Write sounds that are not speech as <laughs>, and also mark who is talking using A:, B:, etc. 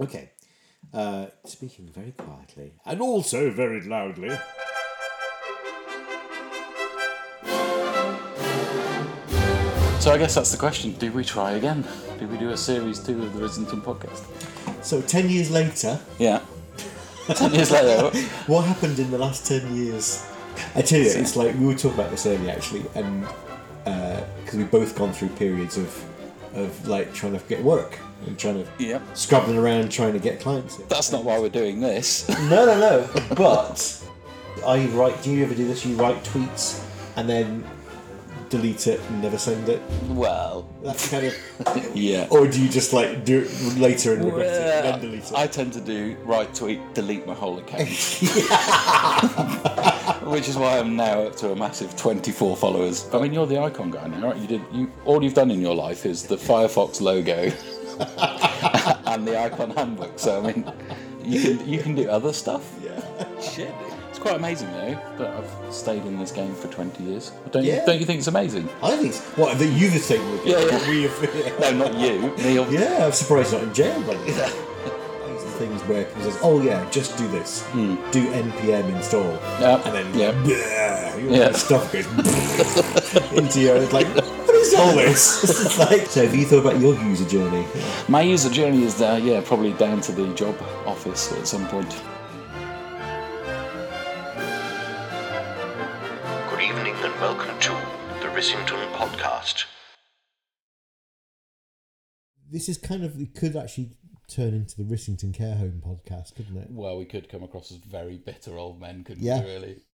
A: Okay. Uh, speaking very quietly and also very loudly.
B: So I guess that's the question. Do we try again? Do we do a series two of the Risington podcast?
A: So, 10 years later,
B: Yeah. <laughs> Ten years later.
A: what happened in the last 10 years? I tell you, it's like we were talking about this earlier actually, and because we've both gone through periods of, of like trying to get work and trying to
B: Yep.
A: scrabbling around trying to get clients. in.
B: That's not why we're doing this.
A: No, no, no. But I write. Do you ever do this? You write tweets and then delete it and never send it.
B: <laughs> well,
A: That kind of.
B: yeah.
A: Or do you just like do it later and regret it
B: Well,
A: and then delete it?
B: uh, I tend to do right tweet, delete my whole <laughs> account. Which is why I'm now up to a massive 24 followers. I mean, you're the icon guy now, right? You did you all you've done in your life is the Firefox <laughs> logo and the icon handbook. So I mean, you can you can do other stuff.
A: yeah.
B: Shit, it's quite amazing though that I've stayed in this game for 20 years. Don't you,
A: Yeah.
B: don't you think it's amazing?
A: I think it's, what that you the thing with
B: Yeah,
A: it,
B: yeah.
A: that we have,
B: No, not you, Neil.
A: <laughs> yeah I'm surprised you're not in jail by now. These are things where people says oh yeah just do this
B: Hmm.
A: do npm install
B: Yeah.
A: and then
B: Yeah.
A: yeah. your
B: Yeah.
A: stuff goes <laughs>
B: <laughs>
A: into your it's like what is all this it's like so have you thought about your user journey
B: My user journey is there, yeah, probably down to the job office at some point.
C: Good evening and welcome to the Rissington Podcast.
A: this is kind of it could actually turn into the Rissington Care Home podcast couldn't it
B: Well, we could come across as very bitter old men, couldn't
A: Yeah.
B: we, really?